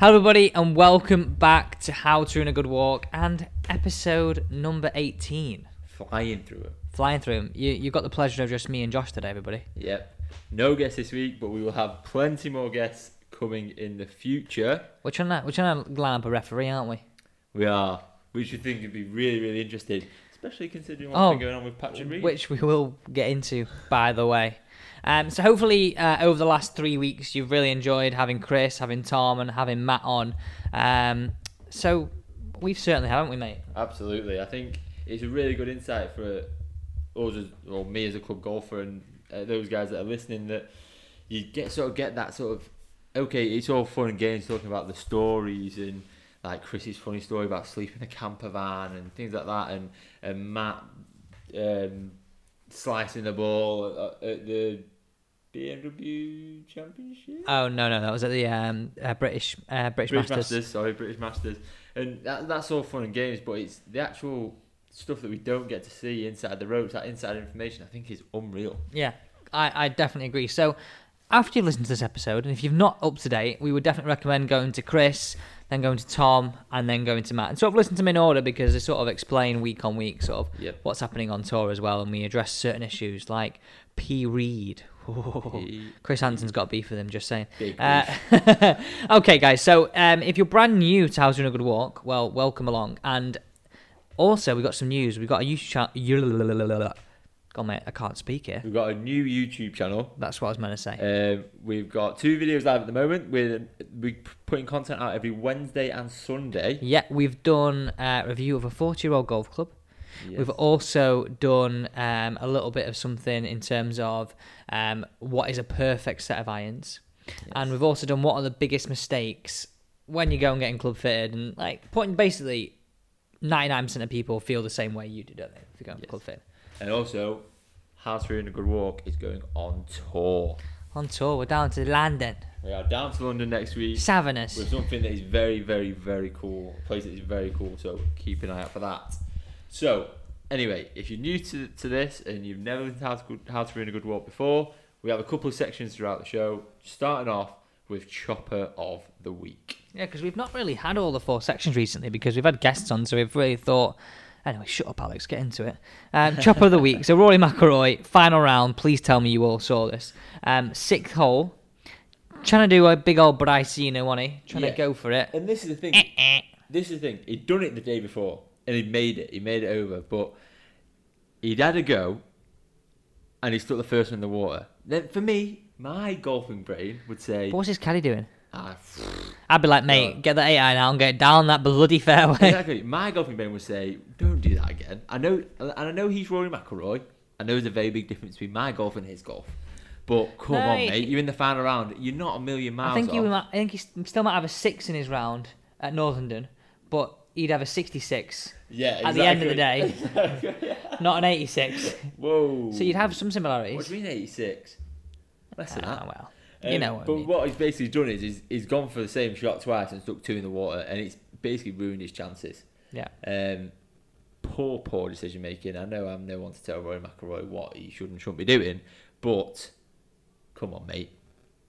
Hello, everybody, and welcome back to How to Run a Good Walk and episode number 18. Flying through it. Flying through them. You, you've got the pleasure of just me and Josh today, everybody. Yep. No guests this week, but we will have plenty more guests coming in the future. We're trying to, we're trying to line up a referee, aren't we? We are, which you think would be really, really interesting, especially considering what's Oh, been going on with Patrick Reed. Which we will get into, by the way. Um, so hopefully, uh, over the last three weeks, you've really enjoyed having Chris, having Tom, and having Matt on. Um, so we've certainly, haven't we, mate? Absolutely. I think it's a really good insight for us, as, or me as a club golfer, and uh, those guys that are listening that you get sort of get that sort of okay. It's all fun and games talking about the stories and like Chris's funny story about sleeping in a camper van and things like that, and and Matt um, slicing the ball at, at the BMW Championship. Oh no, no, that was at the um, uh, British uh, British, British Masters. Masters. sorry, British Masters, and that, that's all fun and games, but it's the actual stuff that we don't get to see inside the ropes, that inside information. I think is unreal. Yeah, I, I definitely agree. So, after you've listened to this episode, and if you've not up to date, we would definitely recommend going to Chris, then going to Tom, and then going to Matt. And sort of listen to them in order because they sort of explain week on week sort of Yep. what's happening on tour as well. And we address certain issues like P. Reed. He- Chris Hansen's got beef with him, just saying. Big Uh, okay, guys. So um, if you're brand new to How's Doing a Good Walk, well, welcome along. And also, we got some news. We got a YouTube channel. God, mate, I can't speak here. We've got a new YouTube channel. That's what I was meant to say. Um, we've got two videos live at the moment. We're we're putting content out every Wednesday and Sunday. Yeah, we've done a review of a 40 year old golf club. We've also done um, a little bit of something in terms of um, what is a perfect set of irons. And we've also done what are the biggest mistakes when you go and getting club fitted. And like, putting basically 99% of people feel the same way you do, don't they? If you go and Yes. club fitted. and also, How to Ruin a Good Walk is going on tour. On tour, we're down to London, We are down to London next week. Savernus. with something that is very, very, very cool. A place that is very cool, so keep an eye out for that. So, anyway, if you're new to, to this and you've never listened to how to, Good- how to Ruin a Good Walk before, we have a couple of sections throughout the show, starting off with Chopper of the Week. Yeah, because we've not really had all the four sections recently because we've had guests on, so we've really thought. Anyway, shut up, Alex. Get into it. Um, chopper of the week. So Rory McIlroy, final round. Please tell me you all saw this. Um, sixth hole, trying to do a big old Brysino on it, trying Yeah. to go for it. And this is the thing. Eh. This is the thing. He'd done it the day before, and he'd made it. He made it over, but he'd had a go, and he stuck the first one in the water. Then, for me, my golfing brain would say, But what's his caddy doing? ah, I'd be like, mate, No. get that eight iron out and get it down that bloody fairway. exactly. My golfing brain would say, "Don't do that again." I know, and I know he's Rory McIlroy. I know there's a very big difference between my golf and his golf. But come No, on, he- mate, you're in the final round. You're not a million miles I think he off. might, I think he s- still might have a six in his round at Northenden, but he'd have a sixty-six yeah, at the end of the day, not an eighty-six. Whoa. So you'd have some similarities. What do you mean 86? Less than Ah, that. well, you Um, know what I But mean. what he's basically done is, is he's gone for the same shot twice and stuck two in the water, and it's basically ruined his chances. Yeah. Um, poor, poor decision making. I know I'm no one to tell Rory McIlroy what he should and shouldn't be doing, but come on, mate,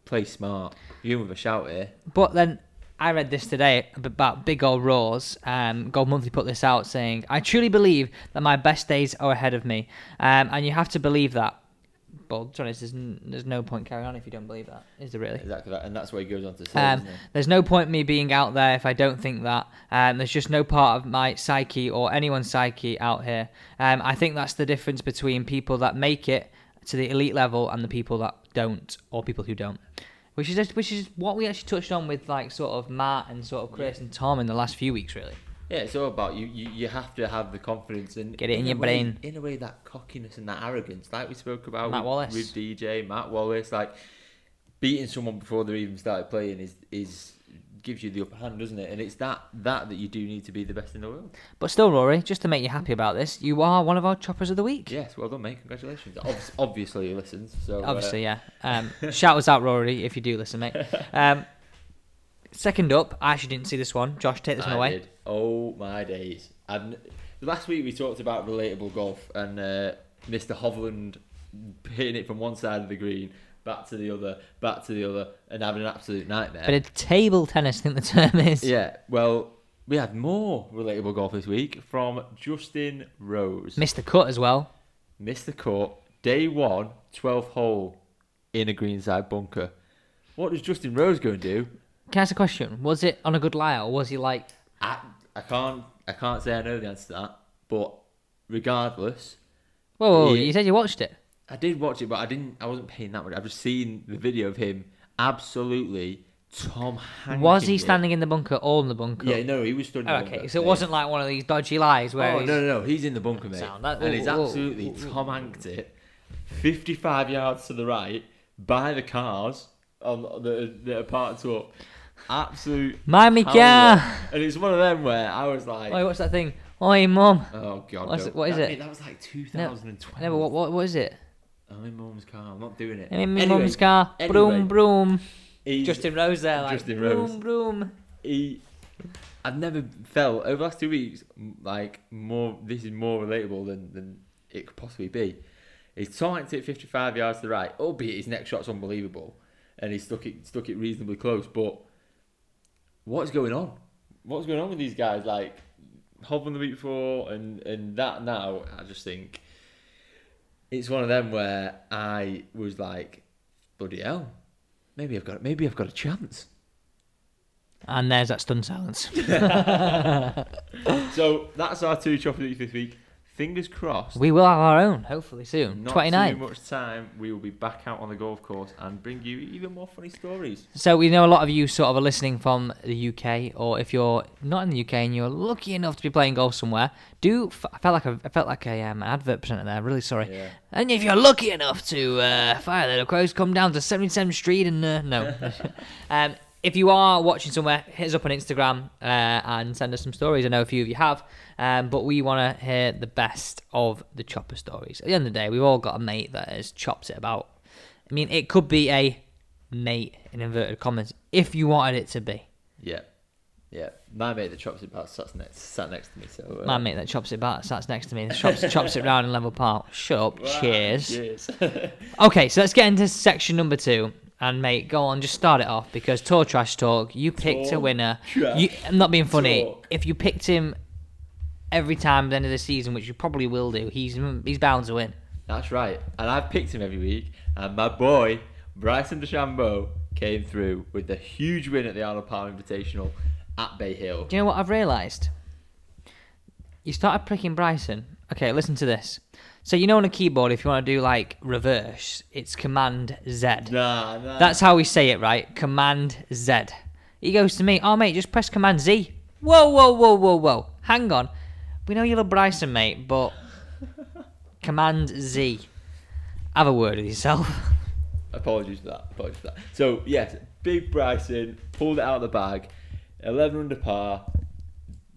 play smart. You in with a shout here. But then I read this today ab- about Big Old Raws. Um, Gold Monthly put this out saying, I truly believe that my best days are ahead of me. Um, and you have to believe that. But to be honest, there's, n- there's no point carrying on if you don't believe that, is there really? Exactly that, and that's what he goes on to say. Um, isn't he? there's no point me being out there if I don't think that. Um, there's just no part of my psyche or anyone's psyche out here. Um, I think that's the difference between people that make it to the elite level and the people that don't, or people who don't. Which is just, which is what we actually touched on with like sort of Matt and sort of Chris and Tom in the last few weeks, really. Yeah, it's all about you. You, you have to have the confidence and Get it in a your way- brain. In a way, that cockiness and that arrogance, like we spoke about Matt with, Wallace. with DJ Matt Wallace, like beating someone before they even started playing is is gives you the upper hand, doesn't it? And it's that that that you do need to be the best in the world. But still, Rory, just to make you happy about this, you are one of our choppers of the week. Yes, well done, mate. Congratulations. Obvi- obviously, he listens. So uh, Obviously, yeah. Um, shout us out, Rory, if you do listen, mate. Um, second up, I actually didn't see this one. Josh, take this one I away. did. Oh my days! And last week we talked about relatable golf and uh, Mr. Hovland hitting it from one side of the green back to the other, back to the other, and having an absolute nightmare. But it's table tennis, I think the term is. yeah, well, we had more relatable golf this week from Justin Rose. Missed the cut as well. Missed the court, day one, 12th hole in a greenside bunker. What does Justin Rose go and do? Can I ask a question? Was it on a good lie or was he like, I, I can't I can't say I know the answer to that, but regardless, whoa, whoa, whoa, Yeah. you said you watched it? I did watch it, but I didn't. I wasn't paying that much. I've just seen the video of him absolutely Tom Hanks. Was he standing in the bunker or in the bunker? Yeah, no, he was stood. in the Oh, bunker. okay, so it wasn't like one of these dodgy lies where Oh he's- no, no, no! He's in the bunker, mate, Sound that- and he's whoa, whoa, absolutely Tom Hanked it. Fifty-five yards to the right by the cars on that that are parked up. Absolute. Mammy howler. Jar! And it's one of them where I was like, Oi, what's that thing? Oi, mum. "Oh God, What's no. it- what is That- it? mate, That was like 2012. Never, what, what, what is it? I'm in mum's car. I'm not doing it. I'm in my Anyway, mum's car. anyway, broom, broom. he's- Justin Rose there, like, Justin broom, Rose. broom. he, I've never felt over the last two weeks m- like more. This is more relatable than than it could possibly be. He's tanked it 55 yards to the right, albeit his next shot's unbelievable, and he stuck it stuck it reasonably close. But what's going on? What's going on with these guys? Like Hovland the week before, and and that now. I just think it's one of them where I was like, bloody hell, maybe I've got maybe I've got a chance. And there's that stunned silence. So that's our two chocolate this week. Fingers crossed. we will have our own, hopefully soon. not 29. too much time. We will be back out on the golf course and bring you even more funny stories. So we know a lot of you sort of are listening from the UK, or if you're not in the UK and you're lucky enough to be playing golf somewhere, do f- I felt like a, I felt like a um, an advert presenter there. Really sorry. Yeah. And if you're lucky enough to uh, fire the crows, come down to 77th Street and uh, no. um, if you are watching somewhere, hit us up on Instagram uh, and send us some stories. I know a few of you have, um, but we want to hear the best of the chopper stories. At the end of the day, we've all got a mate that has chopped it about. I mean, it could be a mate in inverted commas if you wanted it to be. Yeah. Yeah. My mate that chops it about sat next sat next to me. So uh, My mate that chops it about sat next to me and chops, chops it round in level park. Shut up. wow, cheers. Cheers. Okay, so let's get into section number two. And mate, go on, just start it off because tour trash talk. You picked a Tour winner. Trash You, I'm not being funny. Talk. If you picked him every time at the end of the season, which you probably will do, he's he's bound to win. That's right. And I've picked him every week. And my boy, Bryson DeChambeau, came through with a huge win at the Arnold Palmer Invitational at Bay Hill. Do you know what I've realised? You started pricking Bryson. Okay, listen to this. So you know on a keyboard, if you want to do like reverse, it's Command Z. Nah, nah. Uh, That's how we say it, right? Command Z. He goes to me, oh mate, just press Command Z. Whoa, whoa, whoa, whoa, whoa. Hang on. We know you love Bryson, mate, but Command Z. Have a word with yourself. Apologies for that. Apologies for that. So yes, big Bryson pulled it out of the bag. Eleven under par.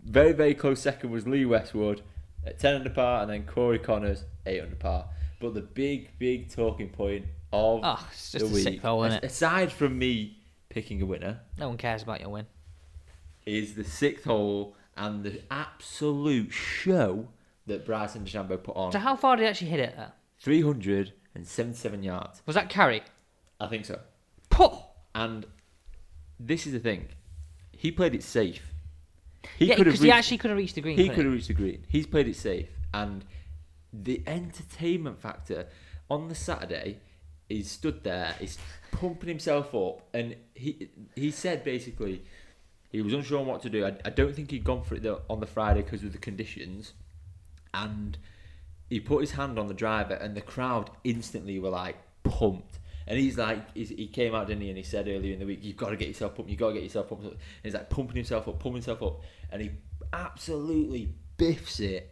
Very very close second was Lee Westwood at ten under par, and then Corey Connors eight under par. But the big big talking point of Oh, it's just the a week, sick hole, isn't it? aside from me picking a winner, No one cares about your win. is the sixth hole and the absolute show that Bryson DeChambeau put So on. how far did he actually hit it? There? Three hundred and seventy-seven yards. Was that carry? I think so. Puh. And this is the thing. He played it safe. He He yeah, could because have he reached, actually could have reached the green. he couldn't could have reached the green. He's played it safe. And the entertainment factor on the Saturday, he stood there, he's pumping himself up and he he said basically he was unsure on what to do. I, I don't think he'd gone for it though on the Friday because of the conditions. And he put his hand on the driver, and the crowd instantly were like pumped. And he's like, he's, he came out, didn't he? And he said earlier in the week, you've got to get yourself pumped, you've got to get yourself pumped. And he's like pumping himself up, pumping himself up. And he absolutely biffs it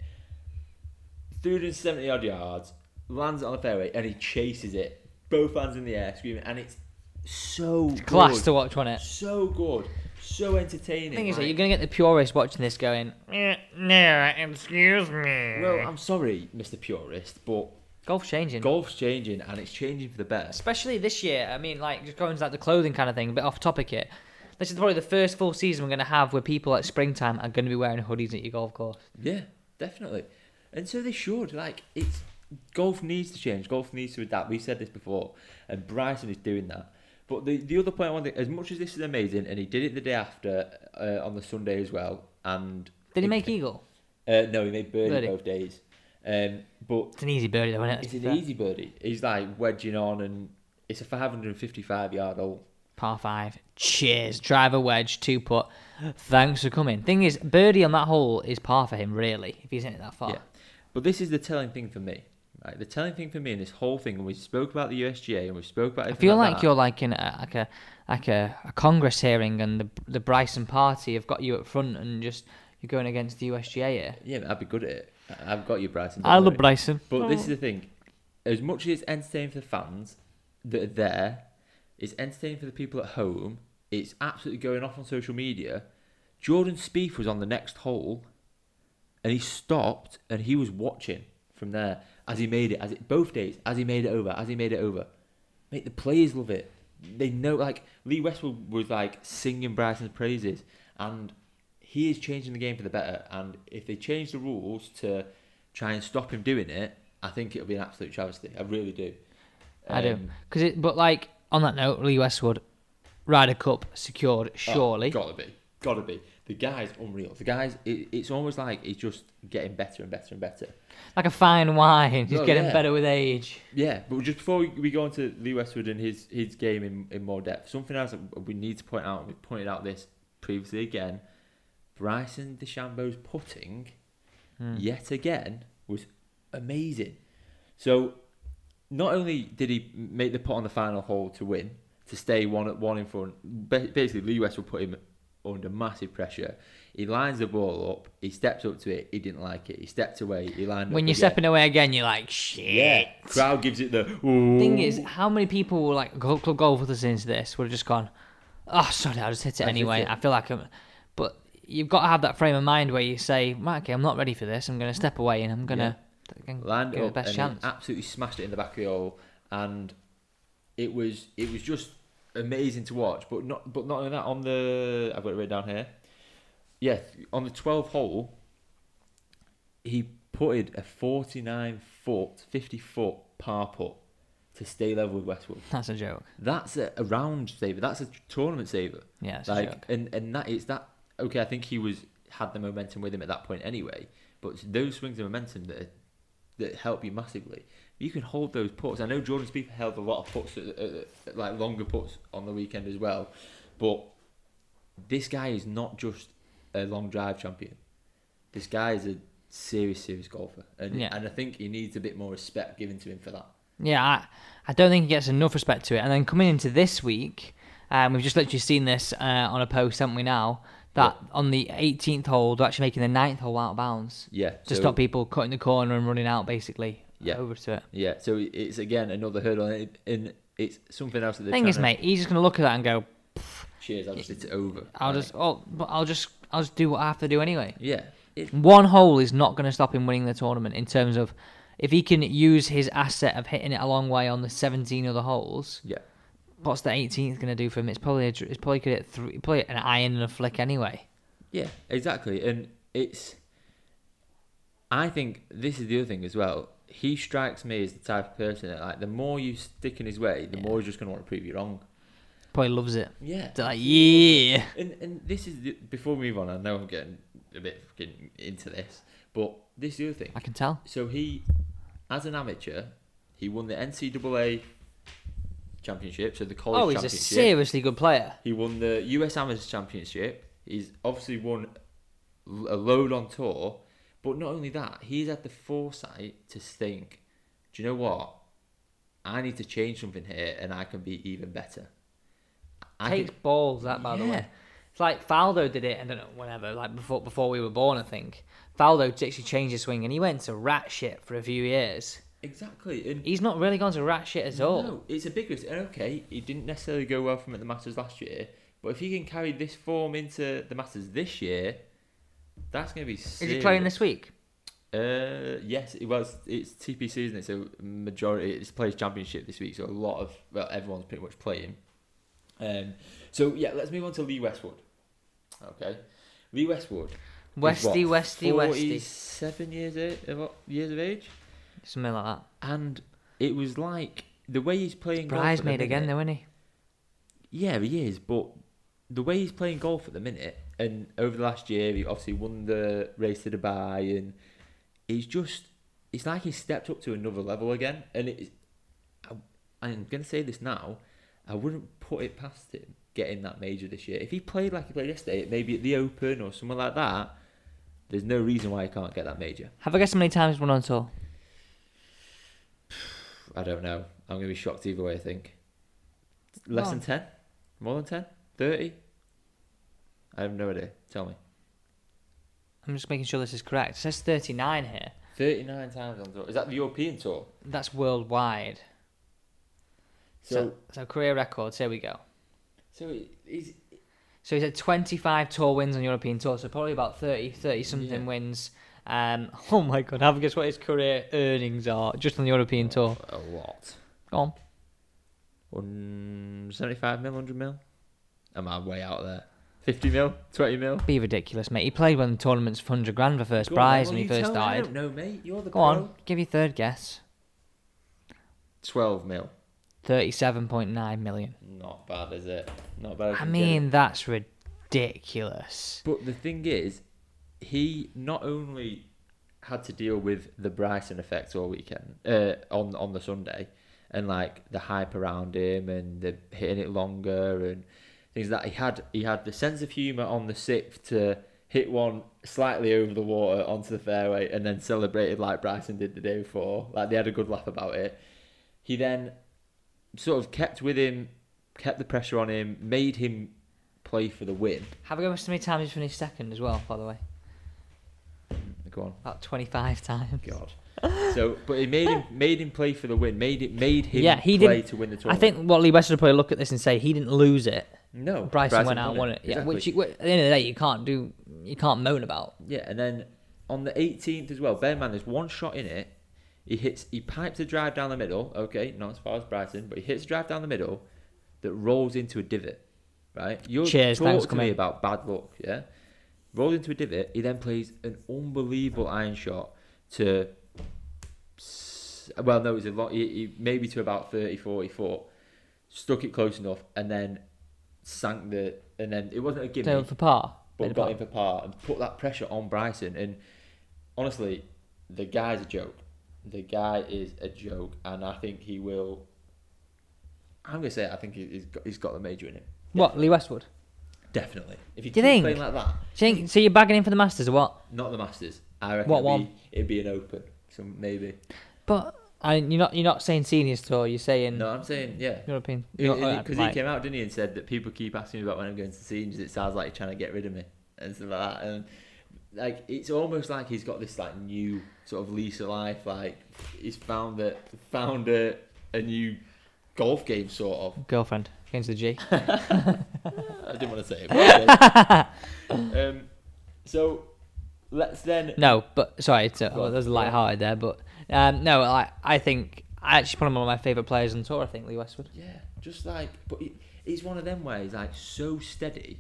370 odd yards, lands it on the fairway, and he chases it. Both hands in the air, screaming. And it's so Class good. to watch, wasn't it? So good. So entertaining. thing is, that like- you're going to get the purists watching this going, "Eh, no, excuse me. well, I'm sorry, Mr. Purist, but Golf's changing. golf's changing and it's changing for the best. especially this year. I mean, like just going to like the clothing kind of thing, a bit off topic here. This is probably the first full season we're going to have where people at springtime are going to be wearing hoodies at your golf course. Yeah, definitely. And so they should. Like, it's golf needs to change. Golf needs to adapt. We've said this before, and Bryson is doing that. But the, the other point I want to, as much as this is amazing, and he did it the day after uh, on the Sunday as well, and Did he make eagle? Uh, no, he made birdie, Birdie. both days. Um, but It's an easy birdie, though, isn't it? it's an easy birdie. He's like wedging on, and it's a 555 yard hole. Par five. Cheers. Driver wedge, two putt. Thanks for coming. Thing is, birdie on that hole is par for him, really, if he's in it that far. Yeah. But this is the telling thing for me. Right? The telling thing for me in this whole thing, and we spoke about the USGA, and we spoke about. I everything feel like that. you're like in a, like a like a, a Congress hearing, and the the Bryson party have got you up front, and just you're going against the USGA here. Yeah, but I'd be good at it. I- I've got you, Bryson. don't I love worry. Bryson. But this is the thing. As much as it's entertaining for the fans that are there, it's entertaining for the people at home. It's absolutely going off on social media. Jordan Spieth was on the next hole, and he stopped and he was watching from there as he made it. As it both days, as he made it over, as he made it over. Mate, the players love it. They know like Lee Westwood was like singing Bryson's praises, and he is changing the game for the better. And if they change the rules to try and stop him doing it, I think it'll be an absolute travesty. I really do. I do. Um, 'Cause it, but like on that note, Lee Westwood, Ryder Cup secured oh, surely. gotta be, gotta be. The guy's unreal. The guy's. It, it's almost like he's just getting better and better and better. like a fine wine, he's Oh, getting yeah. better with age. Yeah, but just before we- we go on to Lee Westwood and his his game in, in more depth, something else that we need to point out, we pointed out this previously again, Bryson DeChambeau's putting, yet again, was amazing. So, not only did he make the putt on the final hole to win, to stay one at one in front, ba- basically Lee Westwood put him under massive pressure. He lines the ball up, he steps up to it, he didn't like it, he stepped away, he lined up When you're again. stepping away again, you're like, shit. Yeah, crowd gives it the. Thing is, how many people were like club, club golf listening to this would have just gone, oh, sorry, I'll just hit it I hit anyway. it." I feel like I'm. But you've got to have that frame of mind where you say, right, okay, I'm not ready for this. I'm going to step away and I'm going to land give it it up the best and chance. He absolutely smashed it in the back of the hole, and it was it was just amazing to watch. But not but not only that on the I've got it written down here. Yeah, on the 12th hole, he putted a 49 foot, 50 foot par putt to stay level with Westwood. That's a joke. That's a, a round saver. That's a tournament saver Yeah, it's a like joke. and and that it's that okay i think he was had the momentum with him at that point anyway but it's those swings of momentum that are- that help you massively you can hold those puts i know jordan Spieth held a lot of puts at, at, at, like longer puts on the weekend as well but this guy is not just a long drive champion this guy is a serious serious golfer and Yeah. and i think he needs a bit more respect given to him for that Yeah, I, I don't think he gets enough respect to it. And then coming into this week, um, we've just literally seen this uh, on a post, haven't we? Now that on the 18th hole, they're actually making the 9th hole out of bounds yeah to so- stop people cutting the corner and running out, basically. Yeah. over to it. yeah so it's again another hurdle and, it, and it's something else that they're Thing trying is, to- mate, he's just gonna look at that and go, Cheers, I'll just hit it over. "I'll Like, just, oh, but I'll just, I'll just do what I have to do anyway." Yeah. It, One hole is not gonna stop him winning the tournament in terms of if he can use his asset of hitting it a long way on the 17 other holes. yeah. what's the 18th going to do for him? It's probably a, dr- it's probably could hit three, probably an iron and a flick anyway. Yeah, exactly. And it's. I think this is the other thing as well. He strikes me as the type of person that, like, the more you stick in his way, the more he's just going to want to prove you wrong. Probably loves it. Yeah. They're like, yeah, And and this is the, before we move on. I know I'm getting a bit fucking into this, but this is the other thing. I can tell. So he, as an amateur, he won the NCAA championship, so the college Oh, he's a championship. seriously good player. He won the US Amateur Championship. He's obviously won l- a load on tour, but not only that, he's had the foresight to think, do you know what? I need to change something here, and I can be even better. I Takes think- balls that, by the Yeah. way. It's like Faldo did it, I don't know, whenever, like before before we were born, I think. Faldo actually changed his swing, and he went to rat shit for a few years. exactly, and He's not really gone to rat shit at all. no, it's a big risk. And okay, he didn't necessarily go well from at the Masters last year, but if he can carry this form into the Masters this year, that's going to be. Is he playing serious. this week? Uh, yes, it was. It's TPC, isn't it? So majority it's players championship this week. So a lot of well, everyone's pretty much playing. Um, so yeah, let's move on to Lee Westwood. Okay, Lee Westwood. is Westy, what, Westy, Westy. Forty-seven years of, years of age. something like that. and it was like the way he's playing. golf at the Bridesmaid again, minute- though, isn't he? Yeah, he is, but the way he's playing golf at the minute, and over the last year, he obviously won the race to Dubai, and he's just, it's like he's stepped up to another level again. And it, I, I'm going to say this now, I wouldn't put it past him getting that major this year. If he played like he played yesterday, maybe at the Open or somewhere like that, there's no reason why he can't get that major. Have I guessed how many times he's won on tour? I don't know. I'm going to be shocked either way, I think. Less Oh. than 10? More than 10? 30? I have no idea. Tell me. I'm just making sure this is correct. It says 39 here. 39 times on tour. Is that the European tour? That's worldwide. So, So, so, career records. Here we go. so, it- he's, So he's had 25 tour wins on European tour. So probably about 30, 30 something Yeah. wins. Um, oh my god! Have a guess what his career earnings are just on the European tour. a lot. Go on. Um, 75 mil, 100 mil? Am I way out there? 50 mil? 20 mil? Be ridiculous, mate. He played one of the tournaments for 100 grand for first Go on, prize well, when he you first tell me. I died. don't know, mate. You're the Go on, give your third guess. 12 mil. 37.9 million. Not bad, is it? Not bad. if I you get it. mean, that's ridiculous. But the thing is, he not only had to deal with the Bryson effect all weekend, uh, on on the Sunday, and like the hype around him and the hitting it longer and things like that he had he had the sense of humour on the sixth to hit one slightly over the water onto the fairway and then celebrated like Bryson did the day before. Like they had a good laugh about it. He then sort of kept with him, kept the pressure on him, made him play for the win. Have a guess how many times he's finished second as well, by the way. Go on. About 25 times. God. So, but it made him made him play for the win. Made it made him Yeah, he play didn't- to win the I tournament. think what Lee West would probably look at this and say he didn't lose it. no. Bryson, went out and won it. Yeah, Exactly. which you, at the end of the day you can't do, you can't moan about. yeah, and then on the 18th as well, bear in mind there's one shot in it. He hits. He pipes a drive down the middle. Okay, not as far as Bryson, but he hits a drive down the middle that rolls into a divot. Right. You're Cheers, talking thanks, to come me in. about bad luck. Yeah. Rolls into a divot. He then plays an unbelievable iron shot to s- well no it was a lot he, he, maybe to about 30 40 foot stuck it close enough and then sank the and then it wasn't a gimme So for par. but Bit got apart. him for par and put that pressure on Bryson and honestly the guy's a joke the guy is a joke and I think he will I'm going to say it, I think he- he's got, he's got the major in him What Lee Westwood? definitely if he Do you keeps think? playing like that So, you- so you're bagging him for the Masters or what? not the Masters I reckon What it'd, one? Be, it'd be an open so maybe But I, you're not you're not saying seniors tour. You're saying no I'm saying yeah European. you're- uh, Because he right. came out, didn't he, and said that people keep asking me about when I'm going to seniors. It sounds like you're trying to get rid of me and stuff like that. And like, it's almost like he's got this like new sort of lease of life. Like, he's found that found a, a new golf game sort of. girlfriend against the G. I didn't want to say it. But okay. um, so let's then. No, but sorry, so, Go well, on, there's a go on. light-hearted there, but um, no, I I think I actually put him one of my favourite players on tour. I think Lee Westwood. Yeah, just like, but it, it's one of them where he's like so steady.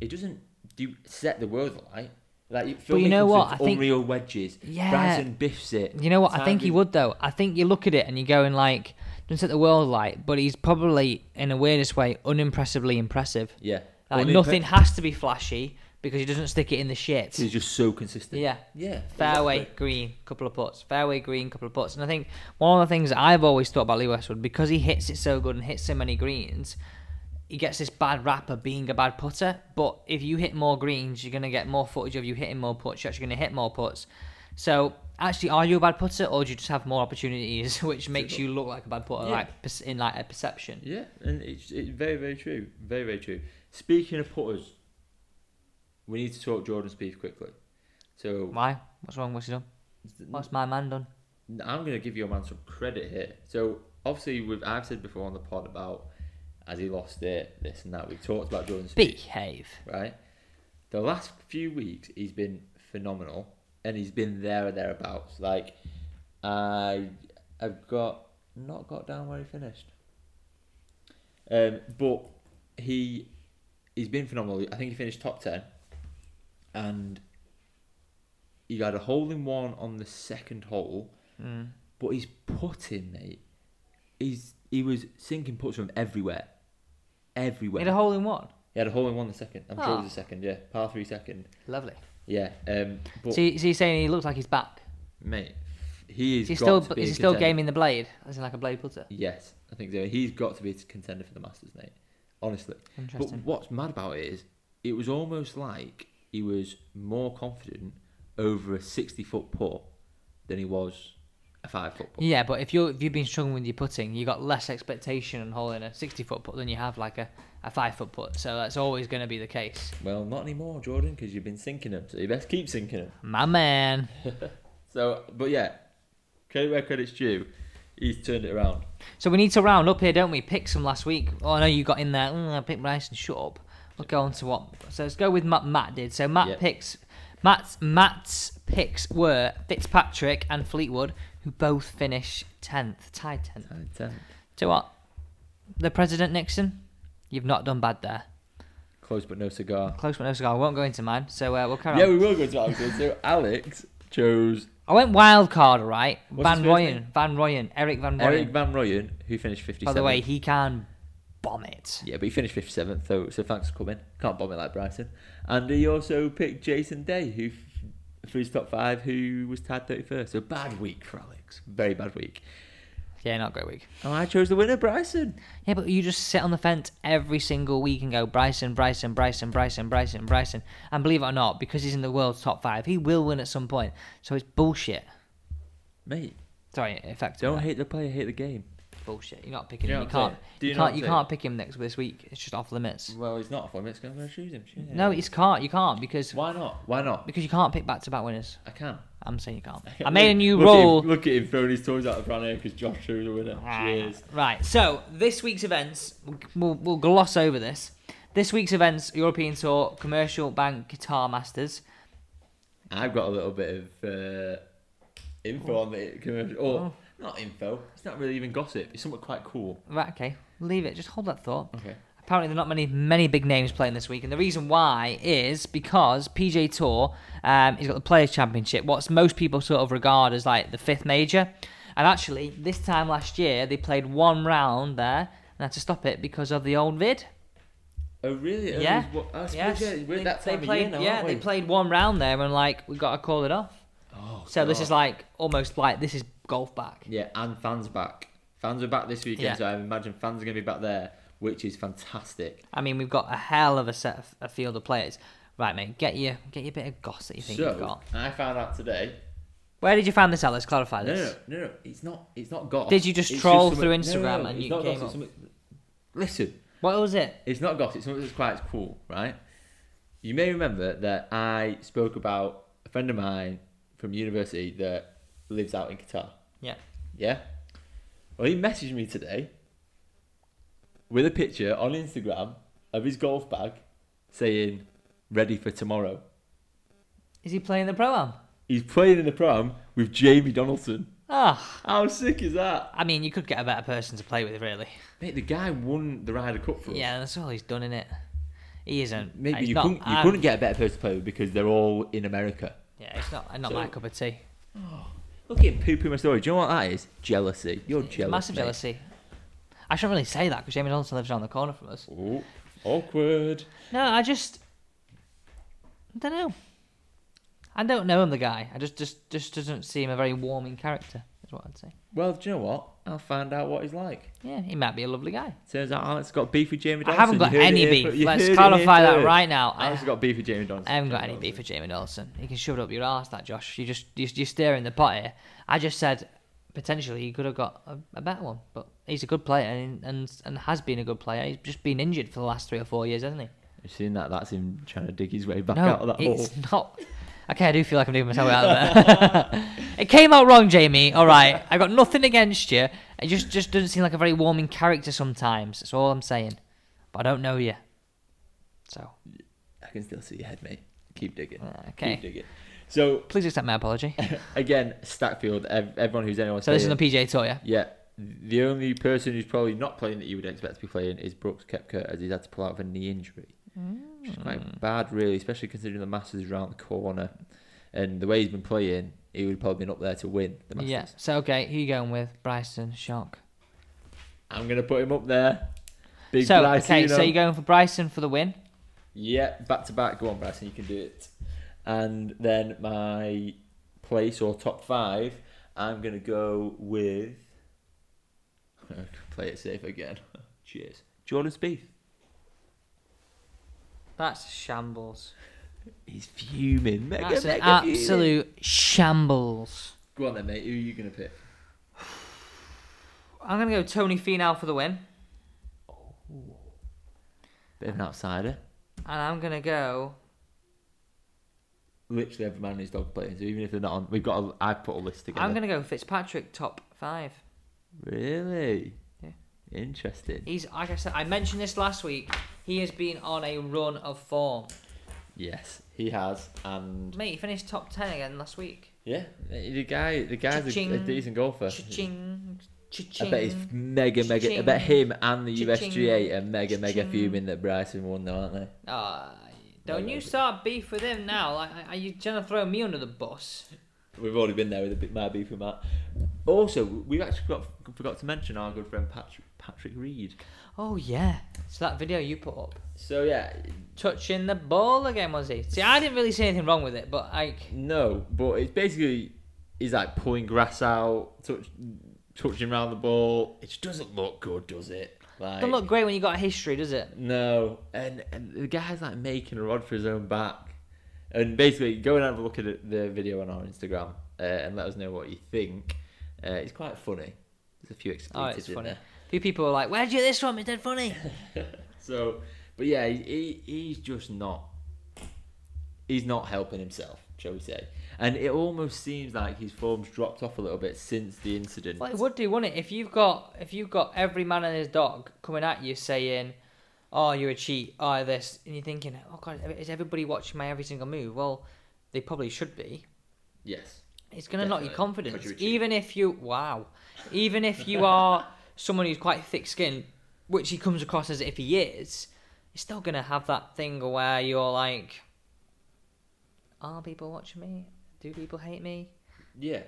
It doesn't do set the world alight. Like, it- Phil But you know what? Mickelson's I think- unreal wedges. Yeah. Bryson biffs it. You know what? I think he Tiger's- would though. I think you look at it and you're going like, doesn't set the world light, but he's probably in a weirdest way unimpressively impressive. Yeah. Like Unimpe- nothing has to be flashy because he doesn't stick it in the shit. He's just so consistent. Yeah. Yeah. Fairway exactly. green, couple of putts. Fairway green, couple of putts. And I think one of the things that I've always thought about Lee Westwood because he hits it so good and hits so many greens, he gets this bad rap of being a bad putter. But if you hit more greens, you're gonna get more footage of you hitting more putts. You're actually gonna hit more putts. So actually, are you a bad putter or do you just have more opportunities, which makes you look like a bad putter, Yeah. like like in like a perception? Yeah, and it's, it's very, very true. Very, very true. Speaking of putters, we need to talk Jordan Spieth quickly. So Why? What's wrong? What's he done? Mm. What's my man done? I'm going to give your man some credit here. So obviously, we've, I've said before on the pod about as he lost it, this and that. We've talked about Jordan Spieth, Behave. right? The last few weeks, he's been phenomenal, and he's been there or thereabouts. Like, I, I've got not got down where he finished, um, but he, he's been phenomenal. I think he finished top ten, and he got a hole in one on the second hole Mm. But his putting, mate, he's he was sinking puts from everywhere, everywhere. In a hole in one. he had a hole in one the second. I'm sure it Ah. was a second. Yeah, par three second. Lovely. Yeah. Um. But So, you, so you're saying he looks like he's back? mate, he Is is. he still to be is he a still contender. gaming the blade? As in like a blade putter. Yes, I think so. He's got to be a contender for the Masters, mate. Honestly. But Interesting. what's mad about it is, it was almost like he was more confident over a 60 foot putt than he was a 5 foot putt. yeah, but if you if you've been struggling with your putting, you got less expectation on holding a sixty foot putt than you have like a, a five foot putt. So that's always going to be the case. Well, not anymore, Jordan, because you've been sinking him, so you best keep sinking him. My man. So, but yeah, credit where credit's due, he's turned it around. So we need to round up here, don't we? Pick some last week. Oh, I know you got in there. Mm, I picked Bryson. Shut up. We'll go on to what. So let's go with Matt. Matt did. So Matt Yep. picks. Matt's Matt's picks were Fitzpatrick and Fleetwood, who both finish tenth, tied tenth. Nine, ten. So what? The President Nixon, you've not done bad there. Close but no cigar. Close one, no cigar. I won't go into mine. So uh, we'll carry Yeah, on. we will go to Alex. so Alex chose I went wild card, all right. What's Van his first Royen, name? Van Royen, Eric Van Royen. Eric Van Royen, who finished 57th. By the way, he can bomb it. Yeah, but he finished 57th, so, so thanks for coming. Can't bomb it like Bryson. And he also picked Jason Day, who f- for his top five, who was tied 31st. So bad week for Alex. Very bad week. Yeah, not a great week. And I chose the winner, Bryson. Yeah, but you just sit on the fence every single week and go Bryson, Bryson, Bryson, Bryson, Bryson, Bryson. And believe it or not, because he's in the world's top five, he will win at some point. So it's bullshit. Mate, Sorry, effectively. don't hate the player, hate the game. bullshit. You're not picking Do you him. know You what I'm can't. saying? Do You, you know what can't. I'm You saying? can't pick him next this week. It's just off limits. Well, he's not for me, it's going to choose him. shouldn't I? No, it's can't. You can't because Why not? Why not? because you can't pick back-to-back winners. I can. I'm saying you can't. I made a new Look at him- rule. Ah. look at him throwing his toys out of front here because Josh chose the winner. Cheers. Right. So this week's events, we'll, we'll gloss over this. This week's events: European Tour, Commercial Bank Guitar Masters. I've got a little bit of uh, info on the commercial. Or Oh. not info. It's not really even gossip. It's somewhat quite cool. Right. Okay. Leave it. Just hold that thought. Okay. Apparently, there are not many many big names playing this week, and the reason why is because PJ Tour um, has got the Players Championship, what's most people sort of regard as like the fifth major. And actually, this time last year, they played one round there and had to stop it because of the old vid. Oh really? Oh, Yeah. it's What, I suppose, Yes, yeah, we're they- that they time of played, year now, yeah, aren't they we? played one round there, and like we got to call it off. Oh, So this God. is like almost like this is golf back. Yeah, and fans back. Fans are back this weekend, Yeah. so I imagine fans are going to be back there, which is fantastic. I mean, we've got a hell of a set of a field of players. Right, mate, get your get your bit of goss that you think you've so got. I found out today. Where did you find this out? Let's clarify No, this. no, no, no, it's not. It's not gossip. Did you just It's troll something- through no, no, Instagram no, and it's you not came gossip, up? something- Listen, What was it? it's not gossip. It's something that's quite cool, right? You may remember that I spoke about a friend of mine from university that lives out in Qatar. Yeah. Yeah. Well, he messaged me today with a picture on Instagram of his golf bag saying "Ready for tomorrow." Is he playing the pro am? He's playing in the prom with Jamie Donaldson. Ah, How sick is that? I mean, you could get a better person to play with, really. Mate, the guy won the Ryder Cup for us. Yeah, that's all he's done in it. He isn't. Maybe he's you not- couldn't, you I'm- couldn't get a better person to play with because they're all in America. Yeah, it's not. Not So- my cup of tea. Look at him poo-pooing my story. Do you know what that is? Jealousy. You're jealous. Massive mate. jealousy. I shouldn't really say that because Jamie Donaldson lives around the corner from us. Ooh, awkward. No, I just. I don't know. I don't know him, the guy. I just, just, just doesn't seem a very warming character. Is what I'd say. Well, do you know what? I'll find out what he's like. Yeah, he might be a lovely guy. Turns out Alex got beef with Jamie I Donaldson. haven't You got heard it any here beef. fir- you Let's heard it clarify here that first. right now. I- Alex got beef with Jamie Donaldson. I haven't got any beef with Jamie Dawson. You can shove it up your arse, that Josh. You just you're, you're stirring the pot here. I just said potentially he could have got a, a better one, but he's a good player and and and has been a good player. He's just been injured for the last three or four years, hasn't he? You've seen that? That's him trying to dig his way back no, out of that hole. it's not. Okay, I do feel like I'm digging myself out of there. it came out wrong, Jamie. All right, I've got nothing against you. It just just doesn't seem like a very warming character sometimes. That's all I'm saying. But I don't know you, so uh, I can still see your head, mate. Keep digging. okay. Keep digging. So please accept my apology. again, Stackfield. ev- Everyone who's anyone. So this is on the PGA Tour, yeah. Yeah, the only person who's probably not playing that you would expect to be playing is Brooks Koepka, as he's had to pull out of a knee injury, Mm. which is quite bad, really, especially considering the Masters is around the corner, and the way he's been playing, he would probably been up there to win the Masters. Yeah. So okay, who you going with? Bryson Shock. I'm gonna put him up there. Big so Bryson. okay, you so know. you're going for Bryson for the win. Yeah, back to back. Go on, Bryson, you can do it. And then my place or top five, I'm gonna go with. Play it safe again. Cheers, Jordan Spieth. That's shambles. He's fuming. Mega, That's an mega fuming. absolute shambles. Go on then, mate. Who are you gonna pick? I'm gonna go Tony Finau for the win, Bit of an outsider. and I'm gonna go. Literally every man and his dog playing. So even if they're not on, we've got. A, I put a list together. I'm gonna go Fitzpatrick top five. Really? Yeah. Interesting. He's like I said, I mentioned this last week. He has been on a run of form. Yes, he has, and Mate, he finished top ten again last week. yeah, the guy, the guy's a, a Cha-ching. decent golfer. Cha-ching, cha-ching. I bet he's mega, mega. I Cha-ching. bet him and the Cha-ching. USGA are mega, mega Cha-ching. fuming that Bryson won, though, aren't they? Ah, No, don't no, you but- start beef with him now. Like, are you trying to throw me under the bus? We've already been there with a bit my beef with Matt. Also, we actually got, forgot to mention our good friend Patrick Patrick Reed. Oh yeah. So that video you put up, So yeah, touching the ball again, was he? See, I didn't really see anything wrong with it, but like, no, but it's basically he's like pulling grass out, touch, touching around the ball. It just doesn't look good, does it? Like, don't look great when you got history, does it? No, and, and the guy's like making a rod for his own back, and basically go and have a look at it- the video on our Instagram uh, and let us know what you think. Uh, it's quite funny. There's a few Oh, expletives it's in funny. there. A few people were like, "Where'd you get this from? It's dead funny." So, but yeah, he, he he's just not. He's not helping himself, shall we say? And it almost seems like his form's dropped off a little bit since the incident. Well, it would do, wouldn't it? If you've got if you've got every man and his dog coming at you saying, "Oh, you're a cheat," "Oh, this," and you're thinking, "Oh God, is everybody watching my every single move?" Well, they probably should be. Yes. It's going to knock your Definitely, confidence, because you're a cheat. even if you wow, even if you are someone who's quite thick-skinned, which he comes across as if he is. You're still going to have that thing where you're like, "Are people watching me? Do people hate me?" Yeah,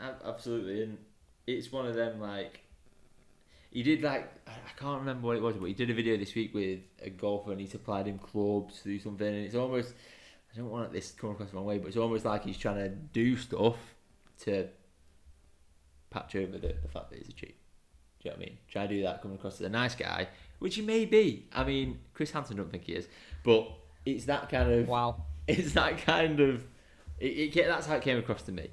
ab- absolutely, and it's one of them like he did like I I can't remember what it was, but he did a video this week with a golfer and he supplied him clubs to do something, and it's almost I don't want this to come across the wrong way, but it's almost like he's trying to do stuff to patch over the, the fact that he's a cheat. Do you know what I mean? Try to do that coming across as a nice guy, which he may be. I mean, Chris Hansen don't think he is, but it's that kind of Wow. it's that kind of it, it ca- that's how it came across to me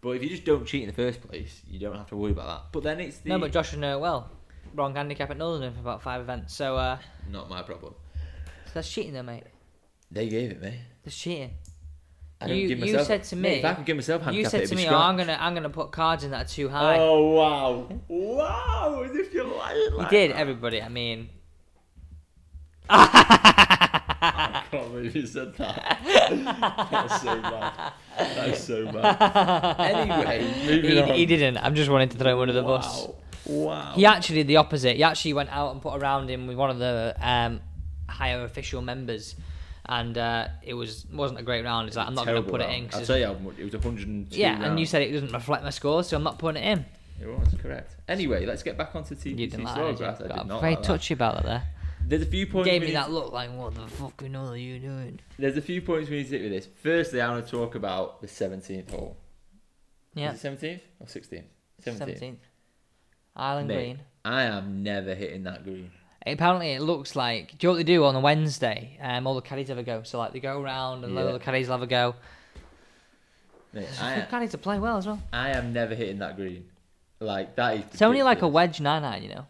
but if you just don't cheat in the first place you don't have to worry about that but then it's the No, but Josh would know it well. Wrong handicap at Northern for about five events. So, uh, not my problem so that's cheating, though, mate. they gave it me That's cheating. I don't You- give you myself, said to Mate, me- if I could give myself a handicap you said it'd to be me, oh, scratch. "I'm gonna, I'm gonna put cards in that are too high." oh wow wow as if you're lying he like did. that. Everybody. I mean, I can't believe you said that that's so bad that's so bad anyway moving he, on he didn't. I'm just wanting to throw him under the wow. bus. wow He actually did the opposite. He actually went out and put a round in with one of the um, higher official members, and uh, it was wasn't a great round. He's like, "I'm not gonna Terrible put it round. in." 'cause I'll it's- tell you how much it was 102 yeah, and you rounds. said it doesn't reflect my score, so I'm not putting it in. It was correct. Anyway, let's get back onto You TPC didn't like that. Slowgrass. did you? I did God, not. very like that. touchy about that there. There's a few points. Gave we me need that to- look like, what the fucking hell are you doing? There's a few points we need to hit with this. Firstly, I want to talk about the 17th hole. Yeah, Is it 17th or 16th? 17th. seventeenth. Island Mate. Green. I am never hitting that green. Apparently, it looks like. Do you know what they do on a Wednesday? Um, all the caddies have a go. So like they go round and Yeah. all the caddies will have a go. Mate, There's a I, few caddies to play well as well. I am never hitting that green. Like that is. It's only like a ridiculous. wedge nine nine, you know.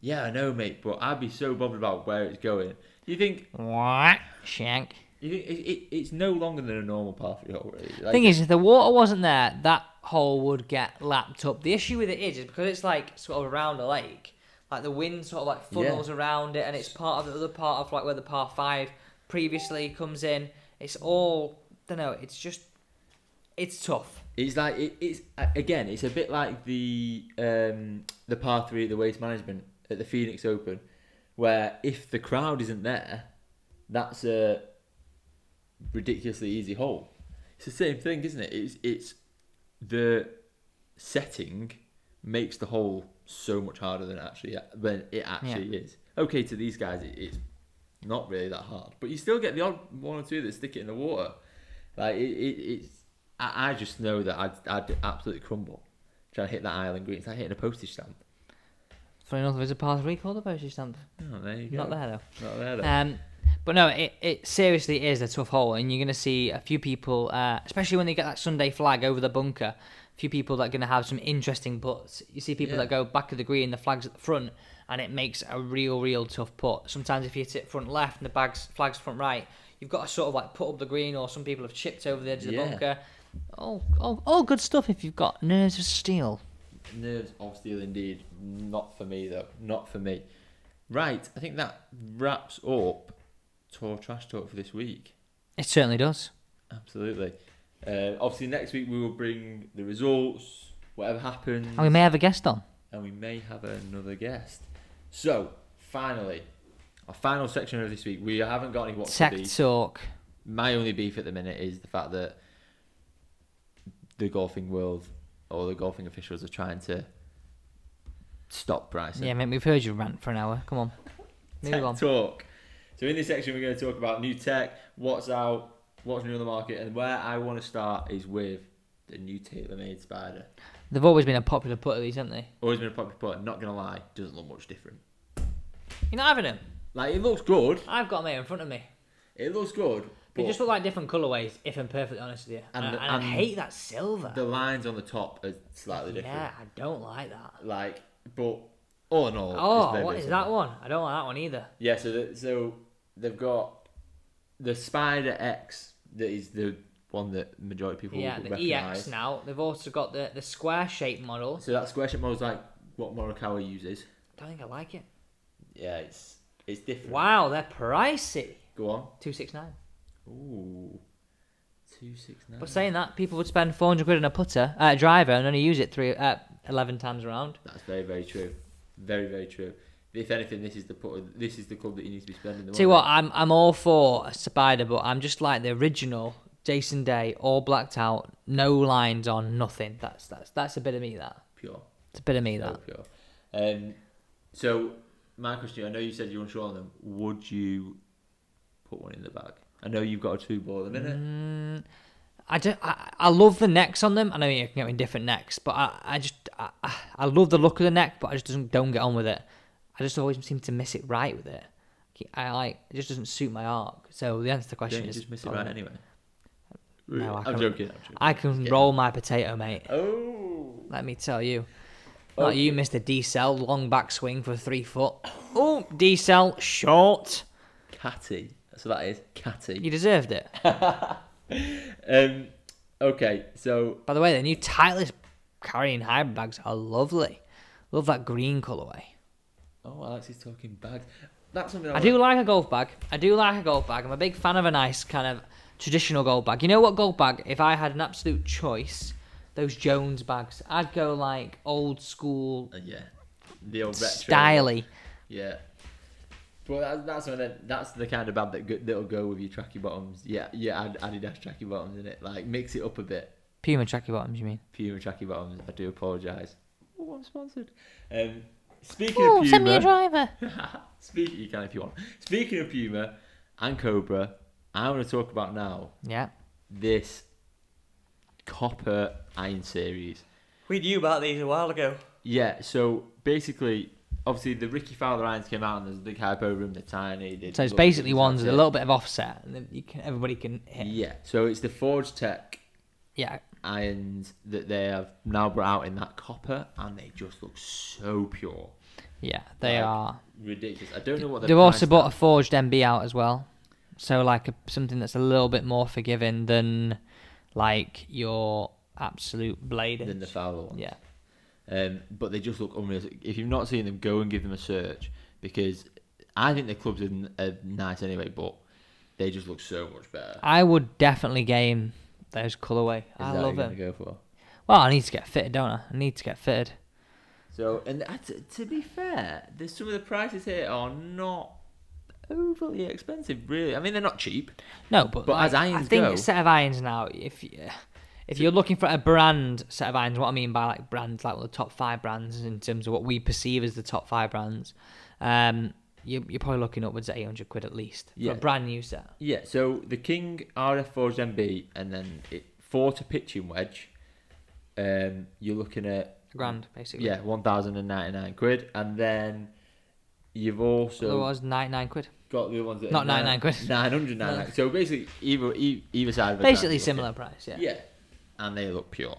Yeah, I know, mate. But I'd be so bothered about where it's going. You think? What shank? You think it, it, it's no longer than a normal par three hole. Really. Like, Thing is, if the water wasn't there, that hole would get lapped up. The issue with it is, is because it's like sort of around a lake, like the wind sort of like funnels around it, and it's part of the other part of like where the par five previously comes in. It's all, don't know. It's just, it's tough. It's like it, it's again. It's a bit like the um, the par three at the waste management at the Phoenix Open, where if the crowd isn't there, that's a ridiculously easy hole. It's the same thing, isn't it? It's it's the setting makes the whole so much harder than actually than it actually is. Okay, to these guys, it, it's not really that hard, but you still get the odd one or two that stick it in the water. Like it, it it's. I, I just know that I'd, I'd absolutely crumble trying to hit that island green. It's like hitting a postage stamp. Funny enough, there's a part three called the postage stamp. Oh, there you go. Not there though. Not there. Though. Um, but no, it, it seriously is a tough hole, and you're going to see a few people, uh, especially when they get that Sunday flag over the bunker, a few people that are going to have some interesting putts. You see people Yeah. that go back of the green, the flag's at the front, and it makes a real, real tough putt. Sometimes if you hit it front left and the bag's, flag's front right, you've got to sort of like put up the green, or some people have chipped over the edge of the Yeah. bunker. All, all, all good stuff if you've got nerves of steel. Nerves of steel, indeed. Not for me though. Not for me. Right, I think that wraps up tour trash talk for this week. It certainly does. Absolutely. Uh, obviously, next week we will bring the results, whatever happens, And we may have a guest on. and we may have another guest. So, finally, our final section of this week. We haven't got any what's Tech to beef. Talk. My only beef at the minute is the fact that the golfing world or the golfing officials are trying to stop Bryson. Yeah, mate, we've heard you rant for an hour. Come on. Move tech on. talk. So in this section, we're going to talk about new tech, what's out, what's new on the market, and where I want to start is with the new TaylorMade Spider. They've always been a popular putter, these, haven't they? Always been a popular putter. Not gonna lie, doesn't look much different. You're not having them. Like it looks good. I've got them here in front of me. It looks good. They But just look like different colourways, if I'm perfectly honest with you. And, And the- I, and I and hate that silver. the lines on the top are slightly different. yeah, I don't like that. Like, but all in all, it's Oh, very, what very is similar. that one? I don't like that one either. Yeah, so the, so they've got the Spider X that is the one that majority of people yeah, the E recognize. EX now. They've also got the, the square shaped model. So that square shape model's like what Morikawa uses. I don't think I like it. Yeah, it's it's different. Wow, they're pricey. Go on. Two six nine. Ooh, two six nine. But saying that, people would spend four hundred quid on a putter, uh, driver, and only use it three uh, eleven times around. That's very very true. Very very true. If anything, this is the put. This is the club that you need to be spending the money. See what I'm I'm all for a spider, but I'm just like the original Jason Day, all blacked out, no lines on, nothing. That's that's that's a bit of me. That Pure. it's a bit of me. So That pure. Um, so my question: to you, I know you said you're unsure on them. Would you put one in the bag? I know you've got a two ball at the minute. Mm, I, do, I I love the necks on them. I know you can get me different necks, but I I just I, I- I love the look of the neck, but I just doesn't don't get on with it. I just always seem to miss it right with it. I like it just doesn't suit my arc. So the answer to the question Don't you is just miss it right anyway. No, I I'm can't- joking. I'm joking. I can Yeah. roll my potato, mate. Oh. Let me tell you. Not you, Mr. D cell, long back swing for three foot. Oh, D cell, short. Catty. So that is catty. You deserved it. Um, okay, so By the way, the new Titleist carrying hybrid bags are lovely. Love that green colourway. oh, Alex is talking bags. That's something I, I do like a golf bag. I do like a golf bag. I'm a big fan of a nice kind of traditional golf bag. You know what golf bag? If I had an absolute choice, those Jones bags, I'd go like old school, Uh, yeah, the old retro. styly. Yeah, but that, that's something that, that's the kind of bag that go, that'll go with your tracky bottoms. Yeah, yeah, Ad- Adidas tracky bottoms in it. Like mix it up a bit. Puma tracky bottoms, you mean? Puma tracky bottoms. I do apologise. Oh, I'm sponsored. Um, speaking Oh, of Puma, send me a driver. speak you can if you want. Speaking of Puma and Cobra, I want to talk about now Yeah. this copper iron series. We knew about these a while ago. Yeah, so basically, obviously the Ricky Fowler irons came out and there's a big hype over them. They're tiny. They So it's look- basically ones that's with a it. little bit of offset, and then you can everybody can hit. Yeah, so it's the Forge Tech Yeah, irons that they have now brought out in that copper, and they just look so pure, yeah, they Like, are. ridiculous. I don't know what they're They've also bought a forged MB out as well, so like a, something that's a little bit more forgiving than like your absolute blade. than the Fowler one. yeah, Um, but they just look unreal. If you've not seen them, go and give them a search because I think the clubs are, n- are nice anyway, but they just look so much better. I would definitely game those colorway. I that love what them. you're gonna Go for? Well, I need to get fitted, don't I? I need to get fitted. So, and I- t- to be fair, there's some of the prices here are not overly expensive, really. I mean, they're not cheap. No, but, But like, as irons I think go- a set of irons now, if you, If you're looking for a brand set of irons, what I mean by like brands, like the top five brands in terms of what we perceive as the top five brands, um, you, you're probably looking upwards at 800 quid at least Yeah. for a brand new set. Yeah, so the King RF4 Gen B and then it, four to pitching wedge. Um, you're looking at A grand, basically. yeah, one thousand and ninety nine quid, and then you've also Otherwise, 99 quid. got the other ones that Not 99 quid. nine hundred nine nine. So basically, either e- either side of a grand Basically you're similar price, yeah. looking- Yeah, and they look pure.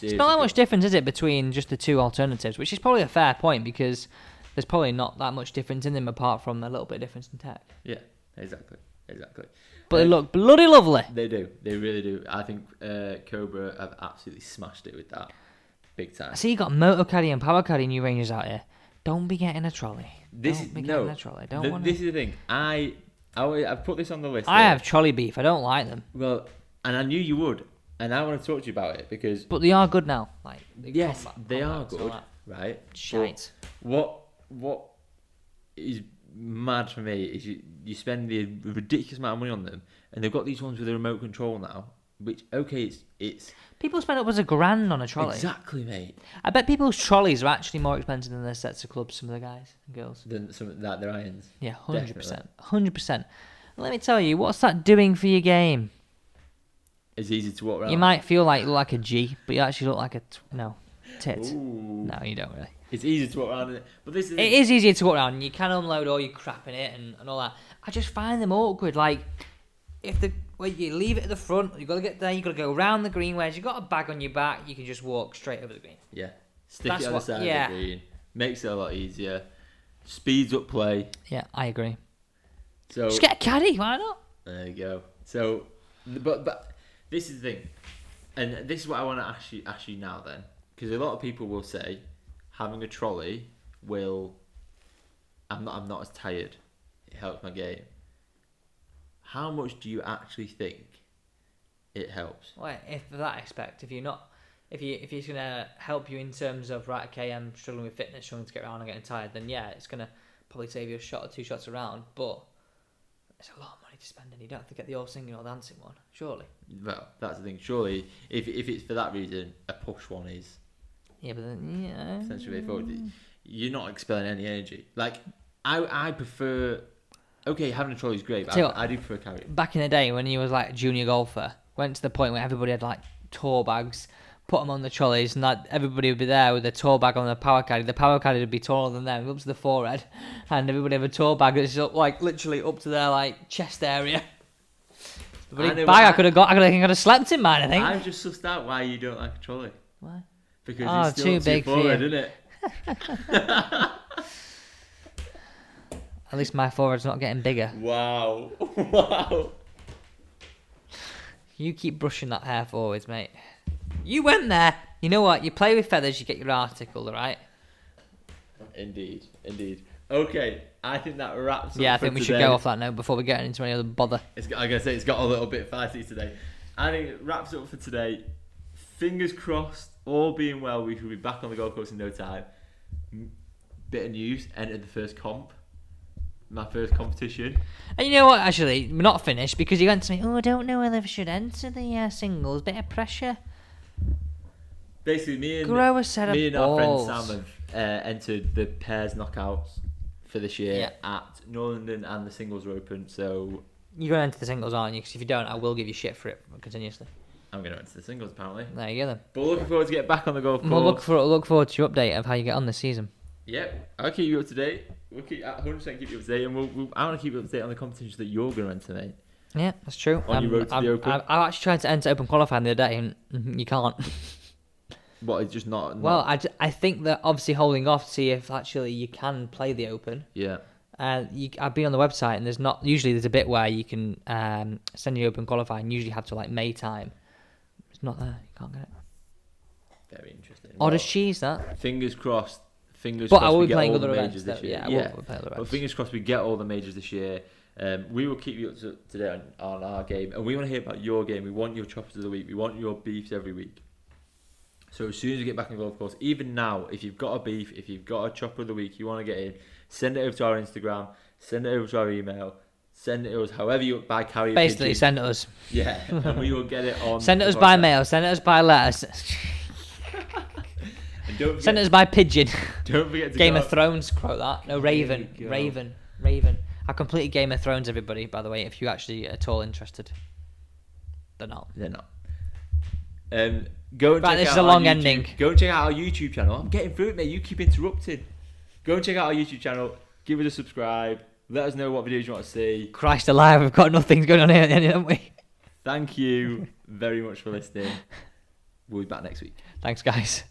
It's not that much difference, is it, between just the two alternatives, which is probably a fair point because there's probably not that much difference in them apart from a little bit of difference in tech. Yeah, exactly, exactly. But they Uh, look bloody lovely. They do. They really do. I think uh, Cobra have absolutely smashed it with that, big time. I see you got motor caddy and power caddy new Rangers out here. Don't be getting a trolley. This Don't is be no. getting a trolley. Don't th- want This is the thing. I I have put this on the list. I though. have trolley beef. I don't like them, Well, and I knew you would, and I want to talk to you about it because but they are good now. Like the yes, combat- they are combats and all good, that right? Shite. What what is mad for me is you you spend the ridiculous amount of money on them, and they've got these ones with a remote control now. Which okay, it's it's People spend upwards a grand on a trolley. exactly mate I bet people's trolleys are actually more expensive than their sets of clubs. Some of the guys and girls. than some that their irons. Yeah, hundred percent, Definitely. hundred percent. Let me tell you, what's that doing for your game? It's easy to walk around. You might feel like you look like a G, but you actually look like a t- no tit. Ooh. No, you don't really. It's easy to walk around, in it. but this is It is easier to walk around. and You can unload all your crap in it and, and all that. I just find them awkward. Like, if the well, you leave it at the front, you got to get there. You got to go around the green. Whereas you got a bag on your back, you can just walk straight over the green. Yeah. Stick That's it on what- the side yeah. of the green. Makes it a lot easier. Speeds up play. Yeah, I agree. So Just get a caddy. Why not? there you go. So but but this is the thing. And this is what I want to ask you ask you now then. Because a lot of people will say having a trolley will I'm not I'm not as tired. It helps my game. How much do you actually think it helps? Well, if for that aspect, if you're not, if you if it's gonna help you in terms of right, okay, I'm struggling with fitness, struggling to get around, I'm getting tired, then yeah, it's gonna probably save you a shot or two shots around. But it's a lot of money to spend, and you don't have to get the all singing or dancing one, surely. Well, that's the thing. Surely if if it's for that reason, a push one is Yeah, but then yeah. essentially way forward. Mm. You're not expelling any energy. Like I, I prefer. Okay, having a trolley is great, but Tell you what. I, I do prefer carrying. Back in the day when you was like a junior golfer, went to the point where everybody had like tour bags. Put them on the trolleys, and that everybody would be there with their tour bag on their power caddy. The power caddy would be taller than them, up to the forehead, and everybody have a tour bag that's up like literally up to their like chest area. But I know, bag but I I- could have got, I could have, could have slept in mine. I think. I've just sussed out why you don't like a trolley Why? because Oh, it's still too big for forward, you. isn't it? At least my forehead's not getting bigger. Wow, wow. You keep brushing that hair forwards, mate. You went there. You know what? You play with feathers, you get your arse tickled, all right? Indeed, indeed. Okay, I think that wraps. up yeah, I for think we should today. go off that note before we get into any other bother. It's got, like I say, it's got a little bit fighty today. I think it wraps up for today. Fingers crossed, all being well, we should be back on the golf course in no time. M- Bit of news: entered the first comp, my first competition. And you know what? Actually, we're not finished because he went to me. Oh, I don't know whether I should enter the uh, singles. Bit of pressure. Basically, me and Grow a set of me and balls. our friend Sam have uh, entered the pairs knockouts for this year at Northern and the singles are open. So You're gonna enter the singles, aren't you? Because if you don't, I will give you shit for it continuously. I'm going to enter the singles apparently. There you go then. But looking forward to get back on the golf course. We'll look for look forward to your update of how you get on this season. Yep, I'll keep you up to date. We'll keep at 100% keep you up to date, and we'll, we'll, I want to keep you up to date on the competitions that you're going to enter, mate. Yeah, that's true. Um, On your road to I'm, the Open. I'm, I actually tried to enter open qualifying the other day, and mm, you can't. What, it's just not. not- Well, I, ju- I think that obviously holding off to see if actually you can play the Open. yeah. Uh, you, I've been on the website and there's not usually there's a bit where you can um, send your Open qualifying. Usually have to like May time. It's not there. You can't get it. Very interesting. Odd Well, as cheese that. fingers crossed. Fingers But crossed. I will we be get playing all the other majors events. this Though. year. Yeah, I will yeah. be playing other But events. fingers crossed we get all the majors this year. Um, we will keep you up to, to date on, on our game, and we want to hear about your game. We want your choppers of the week. We want your beefs every week. So as soon as you get back on the golf course, even now, if you've got a beef, if you've got a chopper of the week, you want to get in, send it over to our Instagram, send it over to our email, Send it to us however you by carrier Basically, pigeon. send it us. yeah, and we will get it on. Send it the us by podcast. mail. Send it us by letters. And don't forget, Send it us by pigeon. don't forget to Game go of Thrones, quote that. No, There Raven, you go. Raven, Raven. I completed Game of Thrones, everybody. By the way, if you actually at all interested, they're not. They're not. Um, go and Right, check this out is a our long YouTube- ending. Go and check out our YouTube channel. I'm getting through it, mate. You keep interrupting. Go and check out our YouTube channel. Give us a subscribe. Let us know what videos you want to see. Christ alive, we've got nothing going on here, haven't we? Thank you very much for listening. We'll be back next week. Thanks, guys.